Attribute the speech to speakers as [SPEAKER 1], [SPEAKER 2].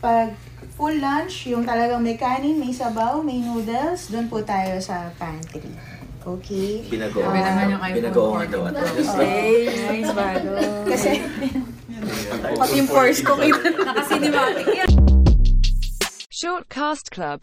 [SPEAKER 1] Pag full lunch, yung talagang may kanin, may sabaw, may noodles, doon po tayo sa pantry. Okay?
[SPEAKER 2] Binagoong.
[SPEAKER 1] Grabe naman
[SPEAKER 2] daw.
[SPEAKER 3] yung iPhone
[SPEAKER 2] Binagoongan daw. at all.
[SPEAKER 4] Ay, nice bago.
[SPEAKER 1] Kasi
[SPEAKER 4] Pati yung force ko kita.
[SPEAKER 3] Nakasinematic yan.
[SPEAKER 5] Short Cast Club